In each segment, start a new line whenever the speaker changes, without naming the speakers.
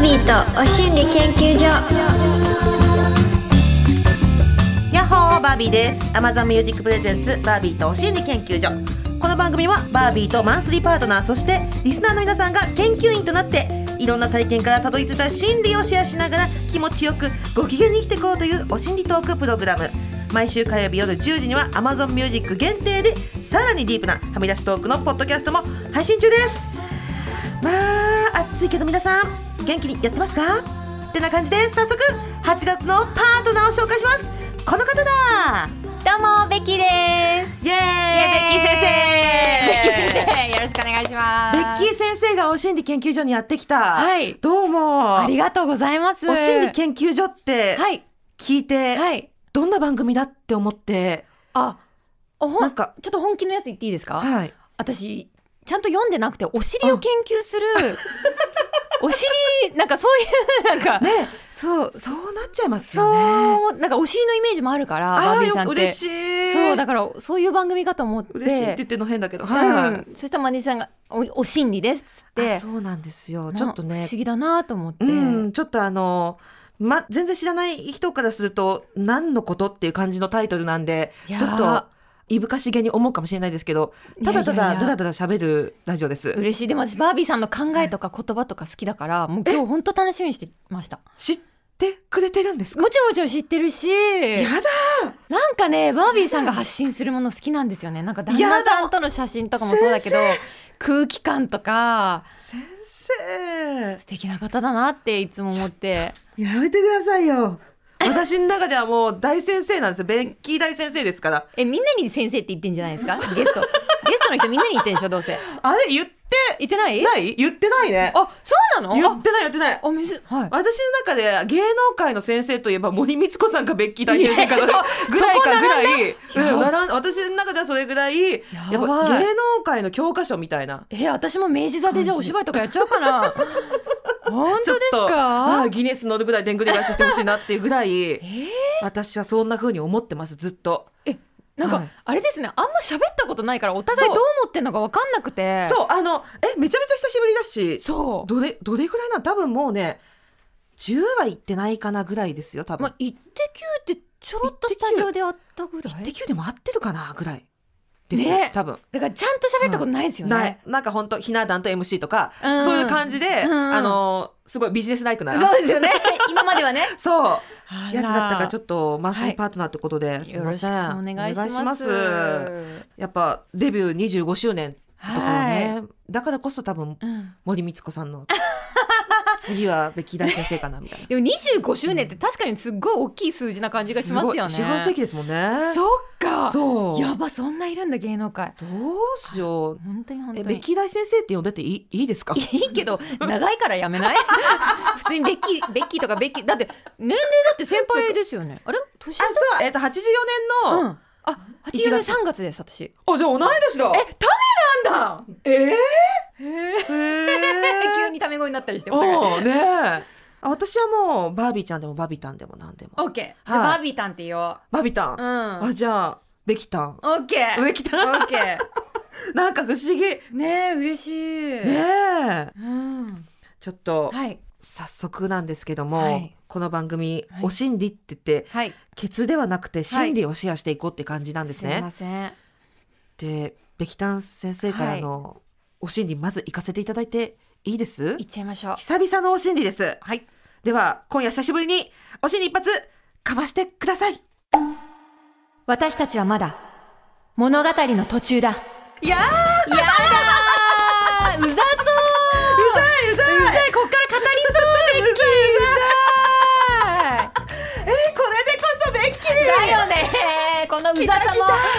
ミーとお心理研究所
ヤッホーバービーです Amazon ミュージックプレゼンツバービーとお心理研究所この番組はバービーとマンスリーパートナーそしてリスナーの皆さんが研究員となっていろんな体験からたどり着いた心理をシェアしながら気持ちよくご機嫌に生きていこうというお心理トークプログラム毎週火曜日夜10時には Amazon ミュージック限定でさらにディープなはみ出しトークのポッドキャストも配信中ですまあ暑いけど皆さん元気にやってますかってな感じで早速8月のパートナーを紹介しますこの方だ
どうもベッキー
イエーイ
です。ベッキー先
ベッキー先
生、よろしくお願いします。
生ベッキー先生がお心理研究所にやってきた、
はい
どうも
ありがとうございます。
お心理研究所って
はい
聞いて、
はい。
どんな番組だって思って
あ、おほ
なんんか
ちょっと本気のやつ言っていいですか？
はい
私ちゃんと読んでなくてお尻を研究する。 お尻なんかそういうなんか、
ね
そう
そうなっちゃいます
そ
よね
うなんかお尻のイメージもあるからバ
あ
ー
あ
ビー
よ
さんって。
嬉しい
そうだからそういう番組かと思って。
嬉しいって言ってるの変だけど、
う
は
ん。そしたらマネさんがおお心理ですっつっ
い、あ
て。
そうなんですよ
な
ちょっとね
不思議だなと思って。
うん、ちょっとあの、ま、全然知らない人からすると、何のことっていう感じのタイトルなんで、
いやー
ちょっと、いぶかしげに思うかもしれないですけど、ただた
いやい
だ、
やい
だ
や
らだら喋るラジオです。
嬉しいでも私バービーさんの考えとか言葉とか好きだ からもう今日本当楽しみにしてました
知ってくれてるんですか
もちろんもちろん知ってるし
や
なんかねバービーさんが発信するもの好きなんですよねなんか旦那さんとの写真とかもそうだけど
やだ
空気感とか
だ先生
素敵な方だなっていつも思って
やめてくださいよ。私の中ではもう大先生なんですよ。ベッキー大先生ですから。
えみんなに先生って言ってんじゃないですかゲストゲストの人みんなに言ってんでしょどうせ
あれ言って
言ってない
ない言ってないね。
あそうなの
言ってない言ってない
あ。お店 はい
私の中で芸能界の先生といえば森光子さんかベッキー大先生かぐ
いやそう
らいかぐらい、
並んだ
うん並ん私の中ではそれぐらいやっぱ
やばい
芸能界の教科書みたいな
え私も明治座でじゃあお芝居とかやっちゃおうか な本
ち
当
ょっ
です
と
か
あギネス乗るぐらいでんぐり返ししてほしいなっていうぐらい
えー
私はそんな風に思ってますずっと。
なんか、
はい
あれですねあんま喋ったことないからお互いどう思ってんのか分かんなくて
そうあのえめちゃめちゃ久しぶりだし
そう
どれどれぐらいなの多分もうね10は行ってないかなぐらいですよ多
ま
分
あ。一滴ってちょろっとスタジオであったぐらい
1.9でも合ってるかなぐらいです、
ね
多分。
だからちゃんと喋ったことないですよね、
ないなんか本当ひな壇と MC とか、
うん
そういう感じで、
うん
あのすごいビジネスライクな
そうですよね 今まではね
そう やつだったからちょ
っ
っとマンスリ
は
ー
い
パートナーってことで、すい
よ
ま
ろし
せ
くお
ん
願いします
お願いしやっぱデビュー25周年ってところ
は
ね、だからこそ多分
うん
森光子さ んの次はベッキー大先生かなみたいな
でも25周年って確かにすっごい大きい数字な感じがしますよね
すごい四半世紀ですもんね
そっか
そう
やばそんないるんだ芸能界
どうしよう
本当に本当
え
に
ベッキー大先生って呼んでていいいいですか
いいけど長いからやめ ない普通にベッキーベッキーとかベッキーだって年齢だって先輩ですよねあれ年
あ
下
そうえっ、と84年の、
うんあ八十年三月です私
あじゃあ同い年だ
えためなんだ
ええ
へえ
えー
急にタメ語になったりしてお互い
おうねえあ私はもうバービーちゃんでもバビタンでも何でも
オッケー
はい
バービータンって言おう
バビタ
う
ン、
ん
あじゃあベキタン
オッケー
ベ
オ
キタン
ッケー
なんか不思議ね
ねえ嬉しい
え
うん
ちょっと
はい
早速なんですけども、
はい
この番組
は
「
い
お心理」って言って、
はい
ケツではなくて心理をシェアしていこうって感じなんです
す
ね。
いません
でベキタン先生からの、お心理まず行かせていただいていいです
行っちゃいましょう
久々のお心理です。
はい
では今夜久しぶりにお尻一発かましてください
私たちはまだ物語の途中だ
いや
やだーうざそ
ー
ううざ
うざいううざい
ざいこっから語りそうベッキ
えー、これでこ
ーうざい
そベッキー
だよねこのうざさ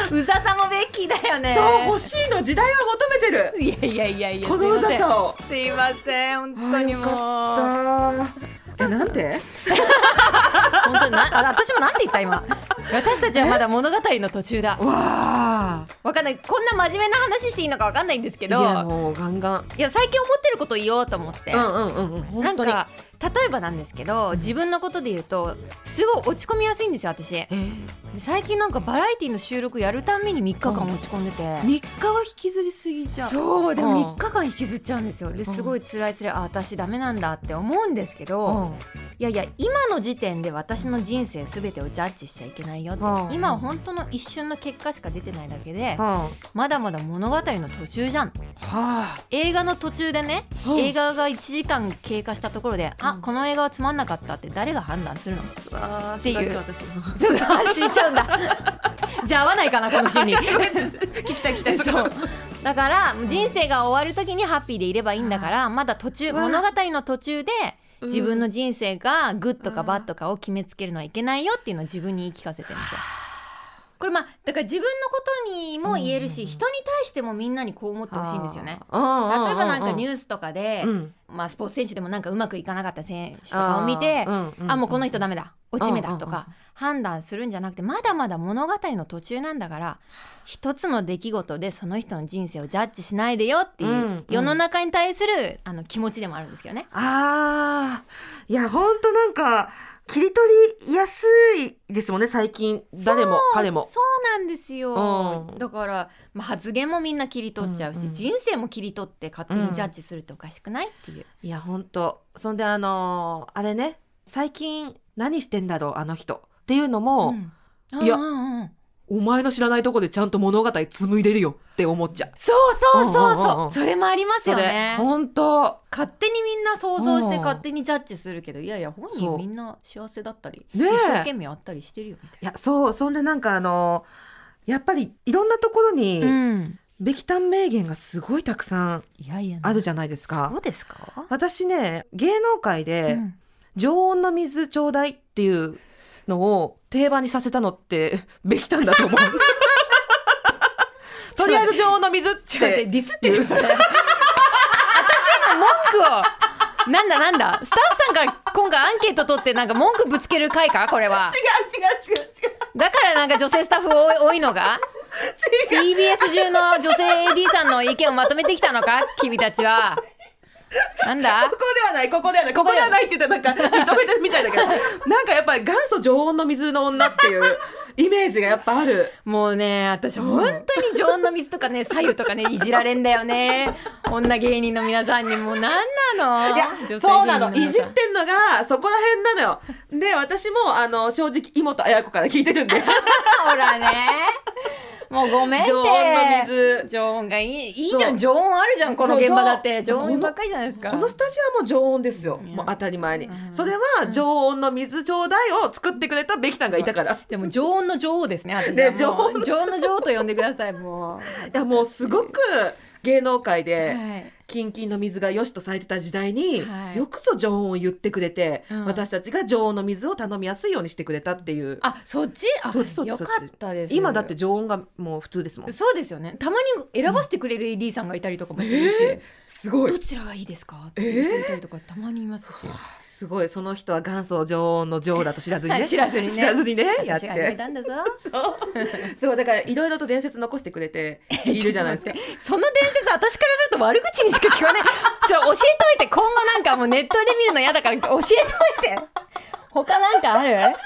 もうざさもベッキーだよね
そう欲しいの時代は求めてる
いやいやいやいや
このうざさを
すいません本当にもう本
あよかったえなんで
当になあ 私もなんて言った今私たちはまだ物語の途中だ
わあ
わかんないこんな真面目な話していいのかわかんないんですけ
い
どい
や
や
もうガンガン
最近思ってること言おうと思って、
うんうんうんうん
な
本
ん
当に
か例えばなんですけど自分のことで言うとすごい落ち込みやすいんですよ私
えー
で最近なんかバラエティの収録やるたんびに3日間持ち込んでて、
3日は引きずりすぎじゃん
そうで
うん
も3日間引きずっちゃうんですよですごい辛い辛いあ私ダメなんだって思うんですけど、
うん
いやいや今の時点で私の人生全てをジャッジしちゃいけないよって、
うん
今は本当の一瞬の結果しか出てないだけで、
は
まだまだ物語の途中じゃん
あは
映画の途中でね、
あ
映画が1時間経過したところで、あこの映画はつまんなかったって誰が判断するの
あ
っていう
違う違う私
そう安心しちゃうんだ じゃあ合わないかなこのシーンに
聞きたい聞きたい
そうだから人生が終わる時にハッピーでいればいいんだからまだ途中
うわ
物語の途中で
うん
自分の人生がグッとかバッとかを決めつけるのはいけないよっていうのを自分に言い聞かせてるんですよ。これまあだから自分のことにも言えるし
うん
人に対してもみんなにこう思ってほしいんですよね。
あーうんうんうん
例え
うん
ばなんかニュースとかで、
うん
まあ、スポーツ選手でもなんかうまくいかなかった選手とかを見て
あーんんん
あもうこの人ダメだ落ち目だと
うんうんう
か判断するんじゃなくてまだまだ物語の途中なんだから一つの出来事でその人の人生をジャッジしないでよって
うんう
い
ん
う世の中に対するあの気持ちでもあるんですけどね。
あーいやほんとなんか切り取りやすいですもんね最近誰も
そう
彼も
そうなんですよ、
うん
だから、まあ、発言もみんな切り取っちゃうし、
うんうん
人生も切り取って勝手にジャッジするっておかしくないっていう、
いやほんとそんであのーあれね最近何してんだろうあの人っていうのも、
うん
いや
うんうんうん
お前の知らないとこでちゃんと物語紡いでるよって思っちゃう
そうそうそう
うんうんうん
そううんそれもあります
そ
よ
れ
ね
ほんと
勝手にみんな想像して
うん
勝手にジャッジするけどいやいや本
そう
人みんな幸せだったり、
ねえ
一生懸命やったりしてるよみたい
いやそうそんでなんかあのーやっぱりいろんなところに、
な。うん、
べきたん名言がすごいたくさん
いやいや
あるじゃないですか
そ。うですか、
私ね芸能界で
うん
「常温の水ちょうだい」っていうのを定番にさせたのって べきたんだと思う。とりあえず常温の水っ
ちょっと待
て
ってディスってるそれ私への文句をなんだなんだスタッフさんから今回アンケート取ってなんか文句ぶつける回かこれは
違う違う違う違う
だからなんか女性スタッフ多い多いの が TBS 中の女性 AD さんの意見をまとめてきたのか君たちはなん
こ
だ
こではないここではないこ
こ
こで
こで
は
は
な
ない
って言ったらなんか認めてるみたいだ けどなんかやっぱり元祖常温の水の女っていうイメージがやっぱある。
もうね私本当に常温の水とかね左右とかねいじられんだよね女芸人の皆さんにもうなんないの
や
女性芸人
そうなのい
皆
じ
さ
っ
ん
てんのがそこら辺なのよで私もあの正直妹綾子から聞いてるん で
ほらね。もうごめんって。
常温の水
常温がいい。いい
そう
じゃん。常温あるじゃん。この現
そう
場だって。
常
常
温
温ばっかりじゃないですか。
このスタジオはもう常温ですよ
いや
もう当たり前に
うん
それは常温の水ちょうだいを作ってくれたべきたんがいたから
でも常温の女王ですね。私
ね
はもう
常温の
常温の女王と呼んでください。もう。
いやもうすごく芸能界で
はい。
キンキンの水が良しとされてた時代に、
はい
よくぞ常温を言ってくれて、
うん
私たちが常温の水を頼みやすいようにしてくれたっていう
あ、そっち。あ、
そっちそっち
よ
そっ
か
ち
ったです。
今だって。常温がもう普通ですもん
そうですよね。たまに選ばせてくれる AD さんがいたりとかもするし、
すご
どちらがいいですかって言ってくれたりとかたまにいますし。
すごいその人は元祖女王の女王だと知らずにね
知らずにね
知らずにねやっ
私が始め
て
たんだぞ。
そう そうだからいろいろと伝説残してくれているじゃないで すか
その伝説私からすると悪口にしか聞こえない ちょ教えといて今後なんかもうネットで見るの嫌だから教えといて他なんかあ る
いやい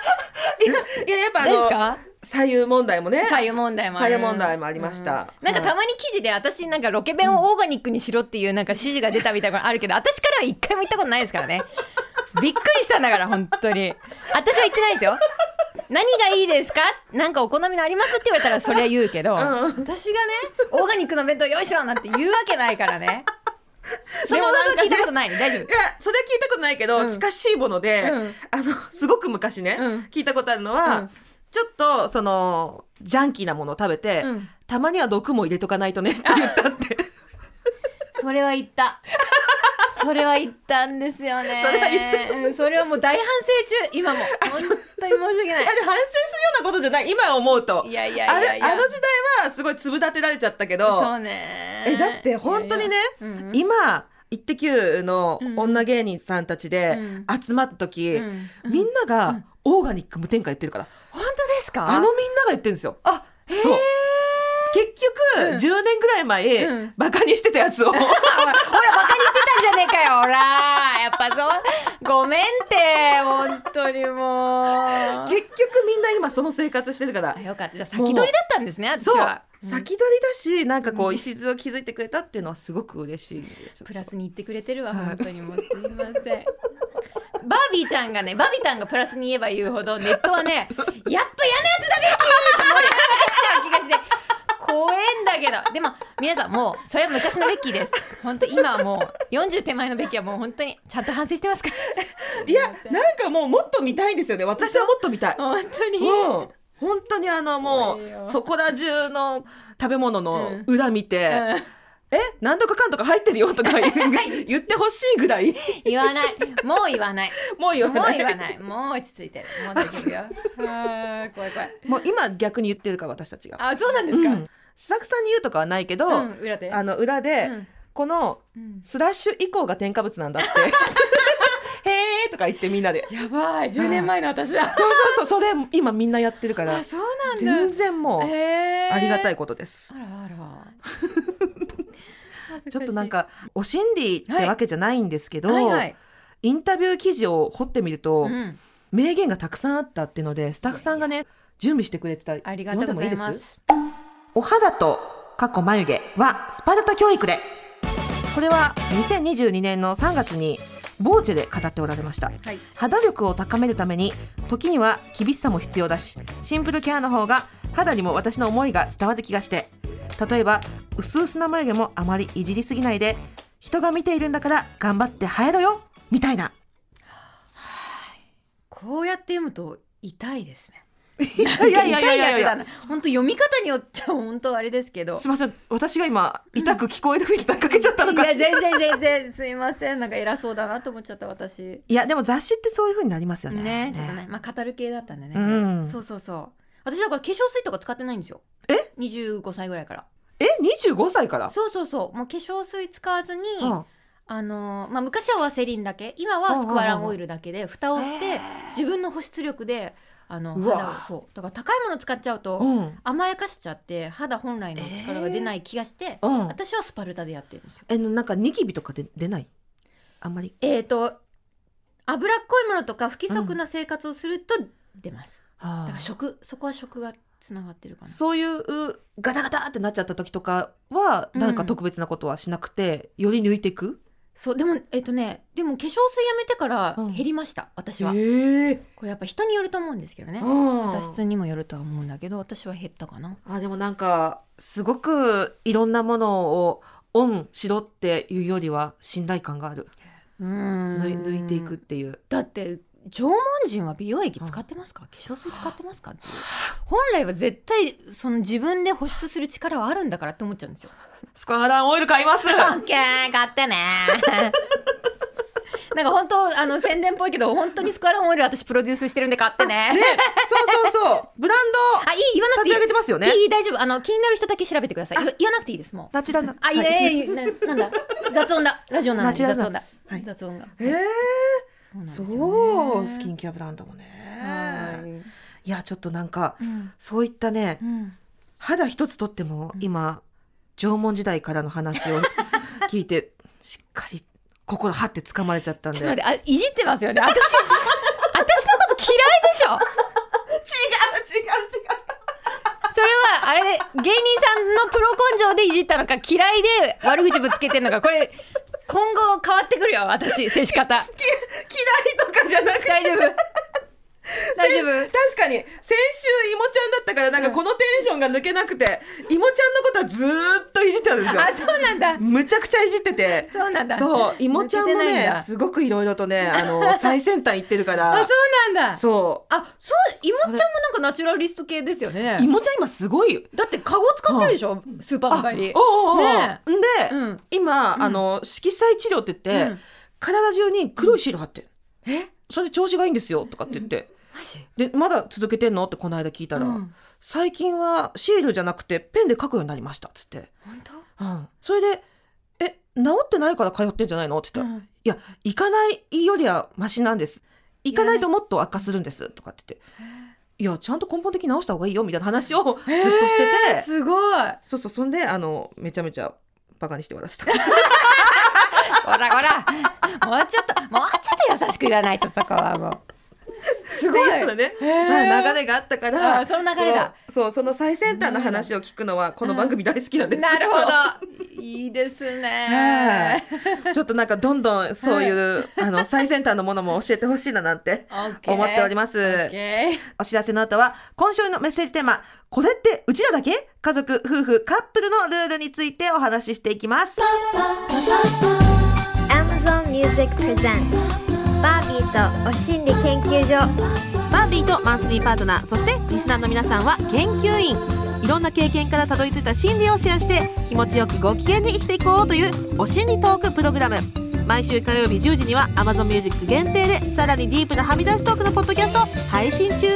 ややっぱあ
大丈夫で
の
すか
左右問題もね
左右問題もある
左右問題もありました
うんなんかたまに記事で私なんかロケ弁をオーガニックにしろっていうなんか指示が出たみたいなのあるけど私からは一回も言ったことないですからねびっくりしたんだから本当に私は言ってないですよ何がいいですかなんかお好みのありますって言われたらそりゃ言うけど、私がねオーガニックの弁当用意しろなんて言うわけないからね その
でもなん
噂
かね
は聞いたことない、大丈
いやそれは聞いたことないけど、
うん
近しいもので、
うん
あのすごく昔ね、
うん
聞いたことあるのは、
うん
ちょっとそのジャンキーなものを食べて、
うん
たまには毒も入れとかないとねって言 ったって
夫それは言ったそれは言ったんですよね
それは言
うんそれはもう大反省中今も本当に申し訳ない
あれ反省するようなことじゃない今思うと
いやいやいやいや
あれあの時代はすごい粒立てられちゃったけど
そうね
えだって本当にね
いやいやうんうん
今「イッテ Q!」の女芸人さんたちで
うん
集まった時、
うん
みんながオーガニック無添加言ってるから、
本当ですか
あのみんなが言ってるんですよ。
あへー
そう結局、10年ぐらい前、
うん
バカにしてたやつを
ほらバカにしてたんじゃねえかよほらやっぱそうごめんって本当にも
結局みんな今その生活してるから
うよかったじゃあ先取りだったんですね私
そう
は
先取りだしなんかこう礎を築いてくれたっていうのはすごく嬉しいんでちょっと
プラスに言ってくれてるわ
はい
本当にもうすいませんバービーちゃんがねバビタンがプラスに言えば言うほどネットは ねやっぱ嫌なやつだべっちーって盛り上がっちゃう気がして怖えんだけどでも皆さんもうそれは昔のベッキーです本当今はもう40手前のベッキーはもう本当にちゃんと反省してますから
いやなんかもうもっと見たいんですよね私はもっと見たい
本当に
うん本当にあのも
もういいよ
うそこら中の食べ物の
う
裏見て、
うん
え何とかかんとか入ってるよとか言う言ってほしいぐらい
言わないもう言わない
もう言わ
もう
ない
言わないもう落ち着いてもう大丈夫よあー怖い怖い
もう今逆に言ってるから私たちが
あそうなんですか、
うん試作さんに言うとかはないけど、
うん裏で
あの裏
う
で、
ん
この
うん
スラッシュ以降が添加物なんだって へーとか言ってみんなで
やばい10年前の私だ
そうそうそうそれ今みんなやってるから
あそうなんだ
全然もう
へー
ありがたいことです、
あらあら
ちょっとなんかお心理ってわけじゃないんですけど、
恥ずかしいはいはい、
インタビュー記事を掘ってみると、
うん、
名言がたくさんあったっていうのでスタッフさんがね準備してくれてた
ありがとうござ
読んで
いま
も
す
ですお肌と過去眉毛はスパルタ教育でこれは2022年の3月にボーチェで語っておられました
はい
肌力を高めるために時には厳しさも必要だしシンプルケアの方が肌にも私の思いが伝わる気がして例えば薄々な眉毛もあまりいじりすぎないで人が見ているんだから頑張って生えろよみたいな
こうやって読むと痛いですね
いやいやいやいやいや
痛いやつだな本当読み方によっちゃ本当あれですけ ど
すいません私が今痛く聞こえるふうに抱っかけちゃったのか、
いや全然全然すいませんなんか偉そうだなと思っちゃった私
いやでも雑誌ってそういう風になりますよね。
ねちょっとねまあ語る系だったんでね、
うん
そうそうそう私だから化粧水とか使ってないんですよ
え
25歳ぐらいから
え25歳から。
そうそうそうもう化粧水使わずに、
うん
あのーまあ、昔はワセリンだけ今
うんうんう
は
ん
スクワランオイルだけで蓋をして
へー
自分の保湿力であの
うわ
肌をそうだから高いもの使っちゃうと
うん。
甘やかしちゃって肌本来の力が出ない気がして、
うん。
私はスパルタでやってるんですよ。
えなんかニキビとかで出ない？あんまり。
えー、と脂っこいものとか不規則な生活をすると出ます、だ
あ
か
ー
ら食そこは食がつながってるかな
そういうガタガタってなっちゃった時とかは
うん
なんか特別なことはしなくて、より抜いていく。
そうでもえっ、とねでも化粧水やめてから
うん
減りました、私は
ええ。
これやっぱ人によると思うんですけどね
うん。
私質にもよるとは思うんだけど私は減ったかな
あでもなんかすごくいろんなものをオンしろっていうよりは信頼感がある。
うーん
抜い抜いていくっていう。
だって縄文人は美容液使ってますか、化粧水使ってますかっていう本来は絶対その自分で保湿する力はあるんだからって思っちゃうんですよ
スカーランオイル買い ます。
オッケー買ってね なんか本当あの宣伝っぽいけど本当にスクワランオイル私プロデュースしてるんで買ってね
ね、そうそうそう。ブラン
あいい言わ
ド
な
を
く
立
てい
ち上げてますよね
い。いい大丈夫あの気になる人だけ調べてください言わ言わなくていいですもう
ナチュラル。
あい
は
やいやいやななんだ雑音だラジオなの
ナ
に
チュラ
雑
ルな
音だ、
はい
雑音が
ええ
そうなんです
そ
よね
う、スキンケアブランドも
は
ね。
い
いや、ちょっとなんか、
うん
そういったね、
うん
肌一つとっても、今、縄文時代からの話 を聞いて、しっかり心張って掴まれちゃったん
ち
で。
ょっと待ってあいじってますよね私 私のこと嫌いでし
違
ょ
う違う違う。
それはあれで芸人さんのプロ根性でいじったのか嫌いで悪口ぶつけてんのかこれ今後変わってくるよ私接し方
嫌いとかじゃなくて。
大丈夫大丈夫
確かに先週いもちゃんだったからなんかこのテンションが抜けなくて、いもちゃんのことはずーっといじってたんですよ
あそうなんだ
むちゃくちゃいじってて
そうなんだ
そう、いもちゃんも
抜けてない
ね
ん、だ
すごくいろいろとね、あの 最先端行ってるか
あ
ら。
そうなんだ
そ
あそういもちゃんも
そ
なんかナチュラリスト系ですよね
う、いもちゃん今すごいよ。
だってカゴ使ってるでしょスーパーの帰り
あおうおうおう
ね
んで、
うん
今、あの色彩治療って言って、
うん
体中に黒いシール貼ってる、
え
それで調子がいいんですよとかって言って。
マジ
でまだ続けてんのってこの間聞いたら、
うん
最近はシールじゃなくてペンで書くようになりましたっつって、
本当
うん、それで「え治ってないから通ってんじゃないの?」って言ったら「
うん
いや行かないよりはマシなんです行かないともっと悪化するんです」とかって言っていやちゃんと根本的に直した方がいいよみたいな話をずっとしてて、
すごい
そうそうそんであのめちゃめちゃバカにして笑ってた
ほらほらもうちょっともうちょっと優しくいらないとそこはもうすごい
ってうようなね、
へー
まあ、流れがあったから
あーその流れだ
そうそうその最先端の話を聞くのはこの番組大好きなんです、
なる
そう
ほどいいです
は
ね
いちょっとなんかどんどんそういう、あの最先端のものも教えてほしいななんて思っておりますす。
OK
お知らせの後は今週のメッセージテーマ「これってうちらだけ?」家族夫婦カップルのルールについてお話ししていきます。
Amazon Music Presents バービーとお心理研究所
バービーとマンスリーパートナーそしてリスナーの皆さんは研究員いろんな経験からたどり着いた心理をシェアして気持ちよくご機嫌に生きていこうというお心理トークプログラム毎週火曜日10時には Amazon Music 限定でさらにディープなはみ出しトークのポッドキャストを配信中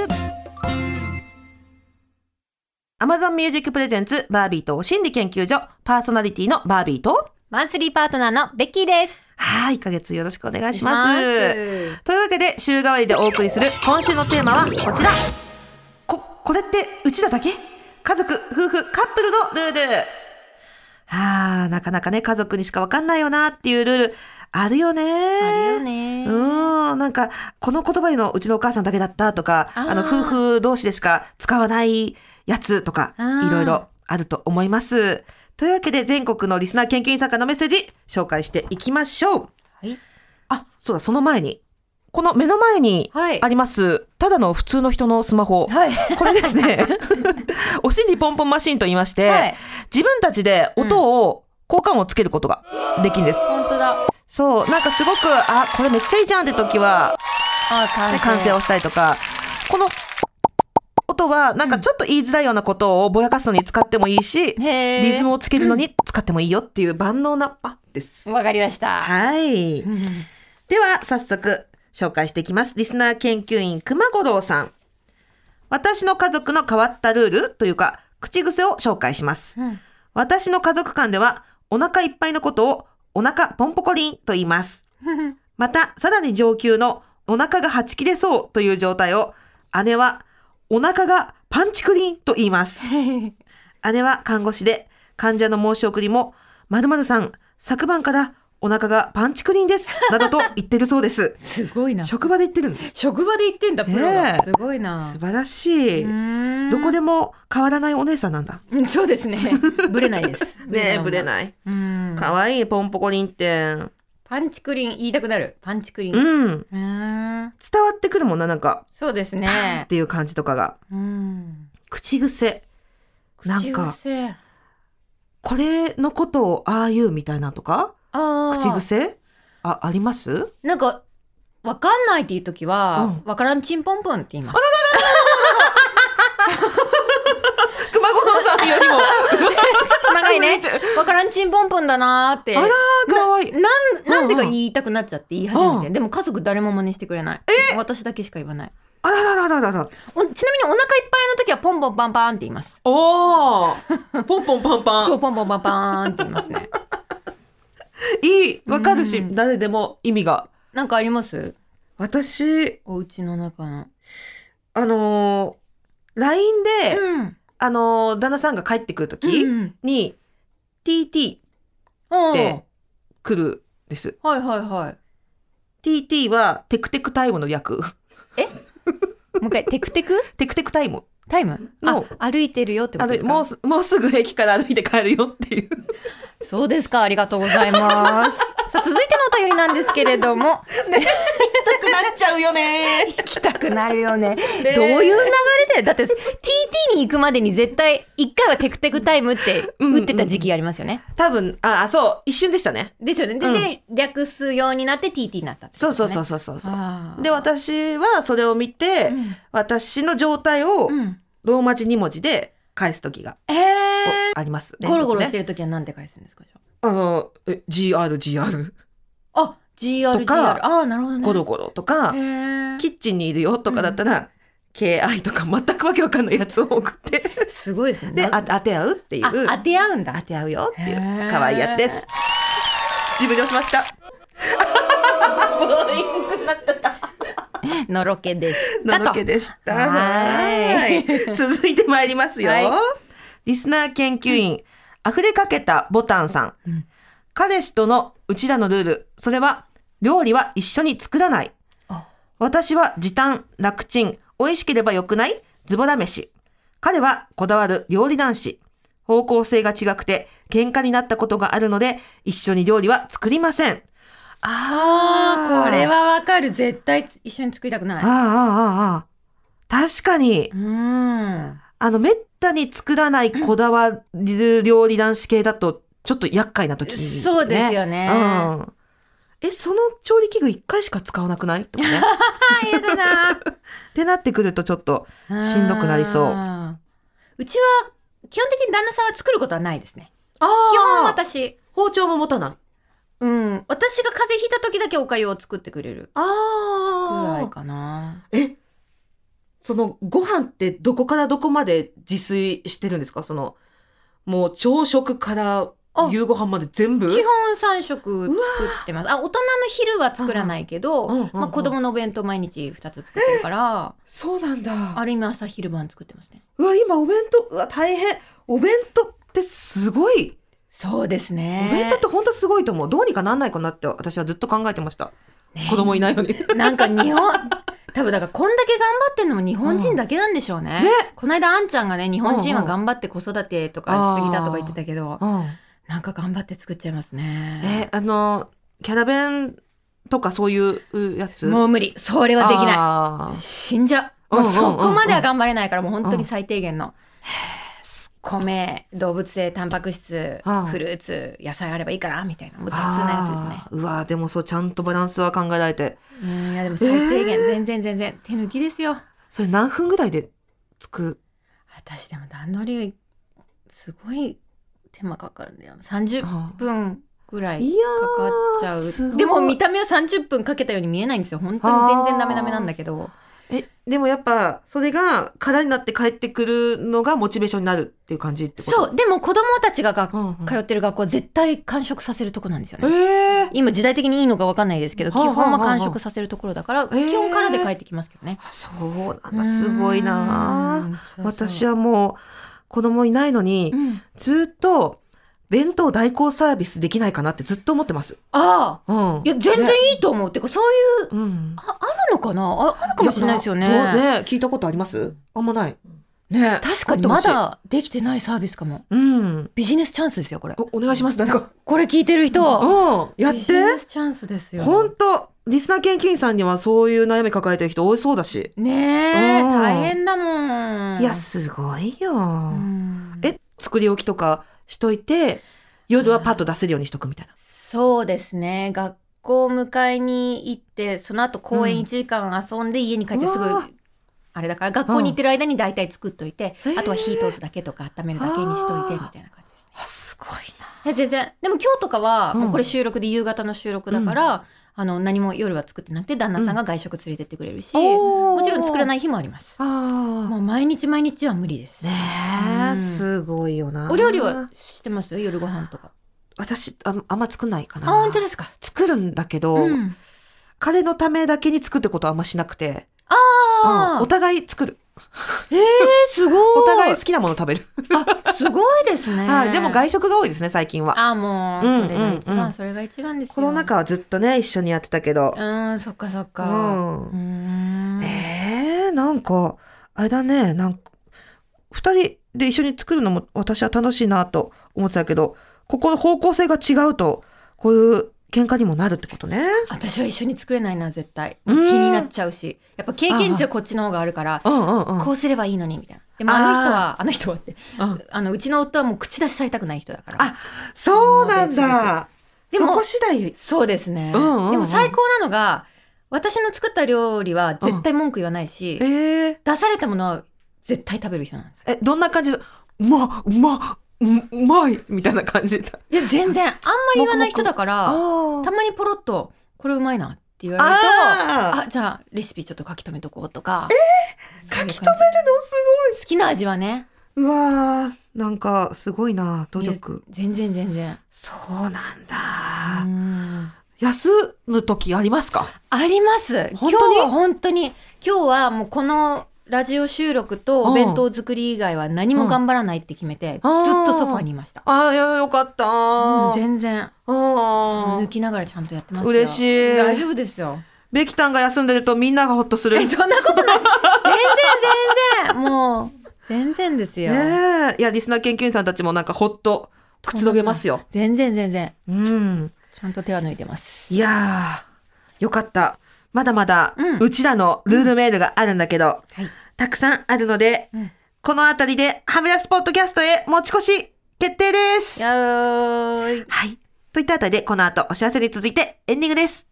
Amazon Music プレゼンツバービーとお心理研究所パーソナリティのバービーと
マンスリーパートナーのベッキーです。
はい1ヶ月よろしくお願いし
お
ま
願い
す
します
というわけで週替わりでお送りする今週のテーマはこちらここれってうちらだけ家族夫婦カップルのルールはあなかなかね家族にしかわかんないよなっていうルールあるよね
あるよ
う
ね。
ーんなんかこの言葉のうちのお母さんだけだったとか
あー
あの夫婦同士でしか使わないやつとか
あー
いろいろあると思いますというわけで全国のリスナー研究員さんからのメッセージ紹介していきましょう
はい。
あ、そうだ、その前に。この目の前に
はい
あります、ただの普通の人のスマホ。
はい。
これですね。 お尻ポンポンマシンと言いまして、
はい。
自分たちで音を、交換音をつけることができるんです。
本当だ。
そう、なんかすごく、あ、これめっちゃいいじゃんって時は、
あ、
ね、
完成。
完 成をしたりとか、この音は、なんかちょっと言いづらいようなことをぼやかすのに使ってもいいし、
へー
リズムをつけるのに使ってもいいよっていう万能なパンです。
わかりました。
はい。
うん
では、早速、紹介していきます。リスナー研究員、熊五郎さん。私の家族の変わったルールというか、口癖を紹介します。
うん
私の家族間では、お腹いっぱいのことを、お腹ポンポコリンと言います。また、さらに上級の、お腹がはち切れそうという状態を、姉は、お腹がパンチクリンと言います。姉は看護師で、患者の申し送りも、〇〇さん、昨晩からお腹がパンチクリンです、などと言ってるそう です。
すごいな。
職場で言ってるの。
職場で言ってんだ、プロ
ね
が。
え
すごいな
素。晴らしい。どこ
で
でも変わらないお姉さんなんだ。
そうで すね。ぶれないです。
ねえ、ぶれ
い
ない。
女。うん
かわいい、ポンポコリンって。
パンチクリン言いたくなる。パンチクリン。
う。
うんーん
伝わってくるもんな、なんか、
そうです
っ
ね。
ていう感じとかが。
うん。
口癖。なんか
口、癖。
これのことをああいうみたいなとか
あー
口癖あ、あります
なんか、わかんないっていう時は
う、
わからんちんぽんぽんって言います。
熊五郎さんよりも。。
ちょっと長 いね
あ
わからんちんぽんぽんだなーって。
らー、かわいい。
なん、なんでか
うんうん
言いたくなっちゃって言い始めて。
う
でも家族誰も真似してくれない。私だけしか言わない。
あらららららら。
おちなみにお腹いっぱいの時はポンポンパンパンって言います。
お ー。ポンポンパンパン。
そう、ポンポンパンパンって言いますね。
いい。わかるし
う、ん
誰でも意味が。
なんかあります
私、
お家の中の。
あのー、LINE で、
うん。
あのー旦那さんが帰ってくるとき
うん。
に、TT
おう
で来るです。
はいはいはい。
TT はテクテクタイムの略。
もう一回、テクテ ク
テクテクタイム。
タイムあ
の、
歩いてるよってこ
あ
とで
の
す
もう
か
す、もうすぐ駅から歩いて帰るよっていう。
そうですか、ありがとうございます。 さあ、続いてのお便りなんですけれど も、
痛くなっちゃうよね。
行きたくなるよ
ね
ね。どういう流れで だって TT に行くまでに絶対一回はテクテクタイムって
うんうん
打ってた時期ありますよね。
多分、あ、あそう、一瞬でしたね。
ですよね。で、で略すようになって TT になったってこと
そう
ね、
そうそううそうそう。
そう
で、私はそれを見て、
うん
私の状態を
うん、
ローマ字2文字で返すときが
え
おあります
ー、
ね。
ゴロゴロして
る。
る時は何て返すんですかじゃ
あの、え GR、GR、
ああ GRGR
とか
ああなるほどね。
ゴロゴロとか、
へー
キッチンにいるよとかだったら、KI とか全くわけわかんないやつを送 って、
すごいですね。
で、
な
あ当て合うっていう、
あ当て合うん
当
だ。
て合うよってい
へ
う、
ー
可愛いやつです。 自分で押しました。ボーイングになっちゃった。
のろけでした
の
と
ろけでした。
はーい
はーい続いてまいりますよ。
はい
リスナー研究員、溢れかけたボタンさん。彼氏とのうちらのルール、それは、料理は一緒に作らない
あ。
私は時短、楽ちん、美味しければよくないズボラ飯。彼はこだわる料理男子。方向性が違くて、喧嘩になったことがあるので、一緒に料理は作りません。あ
あ
ー
ーこれ。はわかる絶対一緒に作りたく
あ
な
ー
い
あーあーあー。確かに。
うん
あの、めったに作らないこだわる料理男子系だと、ちょっと厄介な時、ね。
そうですよね
うん。え、その調理器具一回しか使わなくないとか ね。っ
あやだな
てなってくるとちょっと、 しんどくなりそう
あーうちは基本的に旦那さんは作ることはないですね
あ
基本私
包丁も持たない。
うん私が風邪ひいた時だけおかゆを作ってくれるぐ
あ
らいかな
え、そのご飯ってどこからどこまで自炊してるんですかその、もう朝食から
あ
夕ご飯まで全部
基本3食作ってますあ大人の昼は作らないけど、
うんうんうん
まあ、子供のお弁当毎日2つ作ってるから
そうなんだ。
ある意味朝昼晩作ってますね
うわ、今お弁当、うわ、大変。お弁当ってすごい。
そうです
お
ね
弁当って本当すごいと思う。どうにかなんないかなって私はずっと考えてました。子供いないのに。ね。
なんか日本多分だからこんだけ頑張ってんのも日本人だけなんでしょうね、この間あんちゃんがね日本人は頑張って子育てとかしすぎだとか言ってたけど、
うん。
なんか頑張って作っちゃいます
え、
ね
あの、キャラ弁とかそういうやつ
もう無理それはできな
ない
死んじゃう
うんうん
もう
うん
そこまでは頑張れないからもう本当に最低限の米動物性タンパク質
うん
フルーツ野菜あればいいかなみたいなもう雑なやつですね
あーうわでもそうちゃんとバランスは考えられて
うんいやでも最低限、全然全然手抜きですよ
それ何分ぐらいで作
私でも段取りすごい手間かかるんだよ
る
30分ぐらい
いや
かかっち
ー
ゃ
すご
う
い
でも見た目は30分かけたように見えないんですよ本当に全然ダメダメなんだけど
えでもやっぱそれが空になって帰ってくるのがモチベーションになるっていう感じってこと
そうでも子供たちが学
うんうん
通ってる学校は絶対完食させるとこなんですよ
え
ね
え
今時代的にいいのか分かんないですけど基
はあはあ
本
はあ
は完食させるところだから
えー
基本からで帰ってきますけどね
あそうなんだすごいなあ
うん
私
は
はもう子供いないのにずっと弁当代行サービスできないかなってずっと思ってます。
ああ
うん、
いや全然いいと思うってかそういう
うん、
ああるのかなああるかもしれないですよね
いやどうね聞いたことありますあんまない。ね
確かにま、だできてないサービスかも
うん、
ビジネスチャンスですよこれ
おお願いしますなんか。
これ聞いてる人
うん、やっ
ビジネ
て
スチャンスですよ
本当リスナー研究員さんにはそういう悩み抱えてる人多いそうだし。
ねえ
うん
大変だもん
いやすごいよ、
うん
え作り置きとかしといて夜はパッと出せるようにしとくみたいな。
そうですね学校迎えに行ってその後公
うん
園1時間遊んで家に帰ってすぐ、
うわ
あれだから学校に行ってる間に大体作っといて、
うん
あとは火通すだけとか温めるだけにしといて
あー
みたいな感じですね
あすごいな。
いや全然でも今日とかは、
うん
もうこれ収録で夕方の収録だから、あの何も夜は作ってなくて旦那さんが外食連れてってくれるし、も
も
ちろん作ら
い。
ない日もあります
あ
もう毎日毎日は無理です、
あ。ねえ、
うん
すごいよな。
お料理はしてますよ夜ご飯とか
私あん、あんま作んないか
あ
な。
本当ですか
作るんだけど、
うん
彼のためだけに作ることはあんましなくて、う
あ
ん
あ
お互い作る。
えー、すごい
お互い好きなもの食べる。
あすごいですね
はい。でも外食が多いですね、最近は。
あも
うん
うそれが一番、
うんうん
それが一番ですよ
コロナ禍はずっとね、一緒にやってたけど
う。ーんそっかそっかうー
うん。
ん
ええなんか、あれだね、なんか、二人で一緒に作るのも私は楽しいなと思ってたけど、ここの方向性が違うと、こういう喧嘩にもなるってことね。
私は一緒に作れないな絶対
う
気
ん
になっちゃうしやっぱ経験値はこっちの方があるから
うんうんうん。
こうすればいいのにみたいなでもあの人はあの人はって
うん
あのうちの夫はもう口出しされたくない人だから
あそうなんだ。
で
そ
も
こ次第。
そうですね、
うんうんうん
でも最高なのが私の作った料理は絶対文句言わないし、
えー、
出されたものは絶対食べる人なんですよ
え、どんな感じで、うま、うま、ううまいみたいな感じだ。
いや全 然あんまり言わない人だから
あ
たまにポロッと「これうまいな」って言われると
あ
あじゃあレシピちょっと書き留めとこうとか
書き留める
め
のす
好きな味はね
ごい。うわー、なんかすごいな、努
いや
力。
全然全然
そうなん
う
だ。
ん
休む時ありますか
あります。今
本
日
当に
は本当に、今日はもうこのラジオ収録と
うん
お弁当作り以外は何も頑張らないって決めて、ずっ
うん
とソファにいました。
ああ、よかった
うん、
ー。
全然、
うん
抜きながらちゃんとやってますよ。
嬉しい
大丈夫ですよ。
ベキタンが休んでるとみんながほっとする。
え、
ね
そんなことない。全然、全然。もう、全然ですよ。
え。いや、リスナー研究員さんたちもなんかほっとくつろげますよ。
全然、全然。
うん。
ちゃんと手は抜いてます。
いやー、よかった。まだまだ、う
うん
ちらのルールメールがあるんだけど、
はい。
たくさんあるので、
うん
このあたりで、はみ出すポッドキャストへ持ち越し、決定です
やーい。
はい。といったあたりで、この後、お知らせに続いて、エンディングです。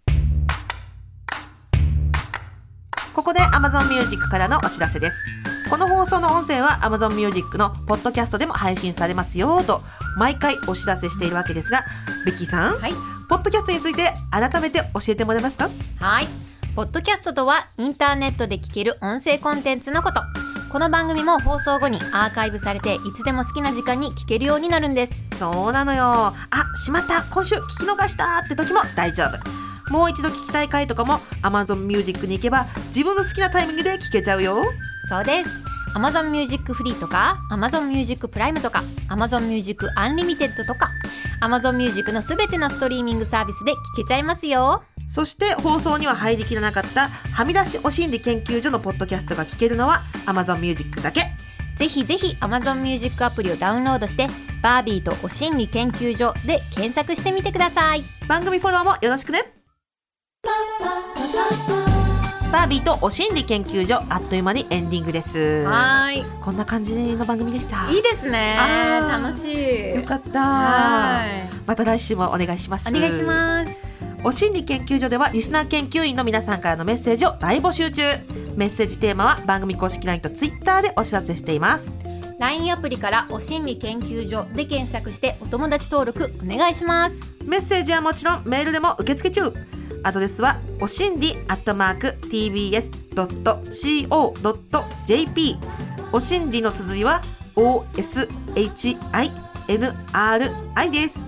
ここで Amazon Music からのお知らせです。この放送の音声は Amazon Music のポッドキャストでも配信されますよと毎回お知らせしているわけですが、ベッキーさん、
はい。
ポッドキャストについて改めて教えてもらえますか
はい。ポッドキャストとはインターネットで聞ける音声コンテンツのこと。この番組も放送後にアーカイブされていつでも好きな時間に聞けるようになるんです。
そうなのよあしまった今週聞き逃したって時も大丈夫もう一度聞きたい回とかも Amazon Music に行けば自分の好きなタイミングで聞けちゃうよ
そうです。Amazon Music Free とか Amazon Music Prime とか Amazon Music Unlimited とか Amazon Music のすべてのストリーミングサービスで聞けちゃいますよ。
そして放送には入りきらなかったはみ出しお心理研究所のポッドキャストが聞けるのは Amazon Music だけ
ぜひぜひ Amazon Music アプリをダウンロードしてバービーとお心理研究所で検索してみてください。
番組フォローもよろしくねバービーとお心理研究所あっという間にエンディングです
い。
こんな感じの番組でした
いいですね
あ。ー
楽しい。
よかった
は
また来週もお願いします
い。お願いします。
お心理研究所ではリスナー研究員の皆さんからのメッセージを大募集中メッセージテーマは番組公式 LINE と Twitter でお知らせしています
LINE アプリからお心理研究所で検索してお友達登録お願いします。
メッセージはもちろんメールでも受付中アドレスはおしんりアットマーク tbs.co.jp おしんりの綴りは oshinri です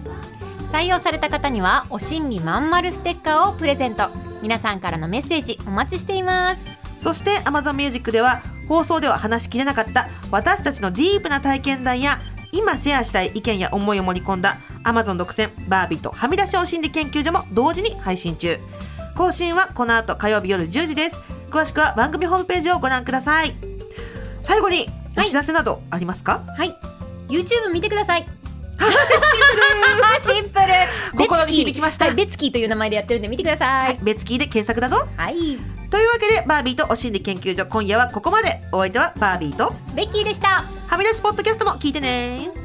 採用された方にはお心理まんまるステッカーをプレゼント。皆さんからのメッセージお待ちしています。
そして Amazon Music では放送では話しきれなかった私たちのディープな体験談や今シェアしたい意見や思いを盛り込んだ Amazon 独占バービーとはみ出しお心理研究所も同時に配信中更新はこの後火曜日夜10時です詳しくは番組ホームページをご覧ください最後にお知らせなどありますか、
はい。YouTube 見てください。シンプル。シンプル。
心に響きました
はいベツキーという名前でやってるんで見てくださ
はいい。、 別キーで検索だぞ
はい。
というわけでバービーとお心理研究所今夜はここまでお相手はバービーと
ベッキーでした。
はみ出しポッドキャストも聞いてね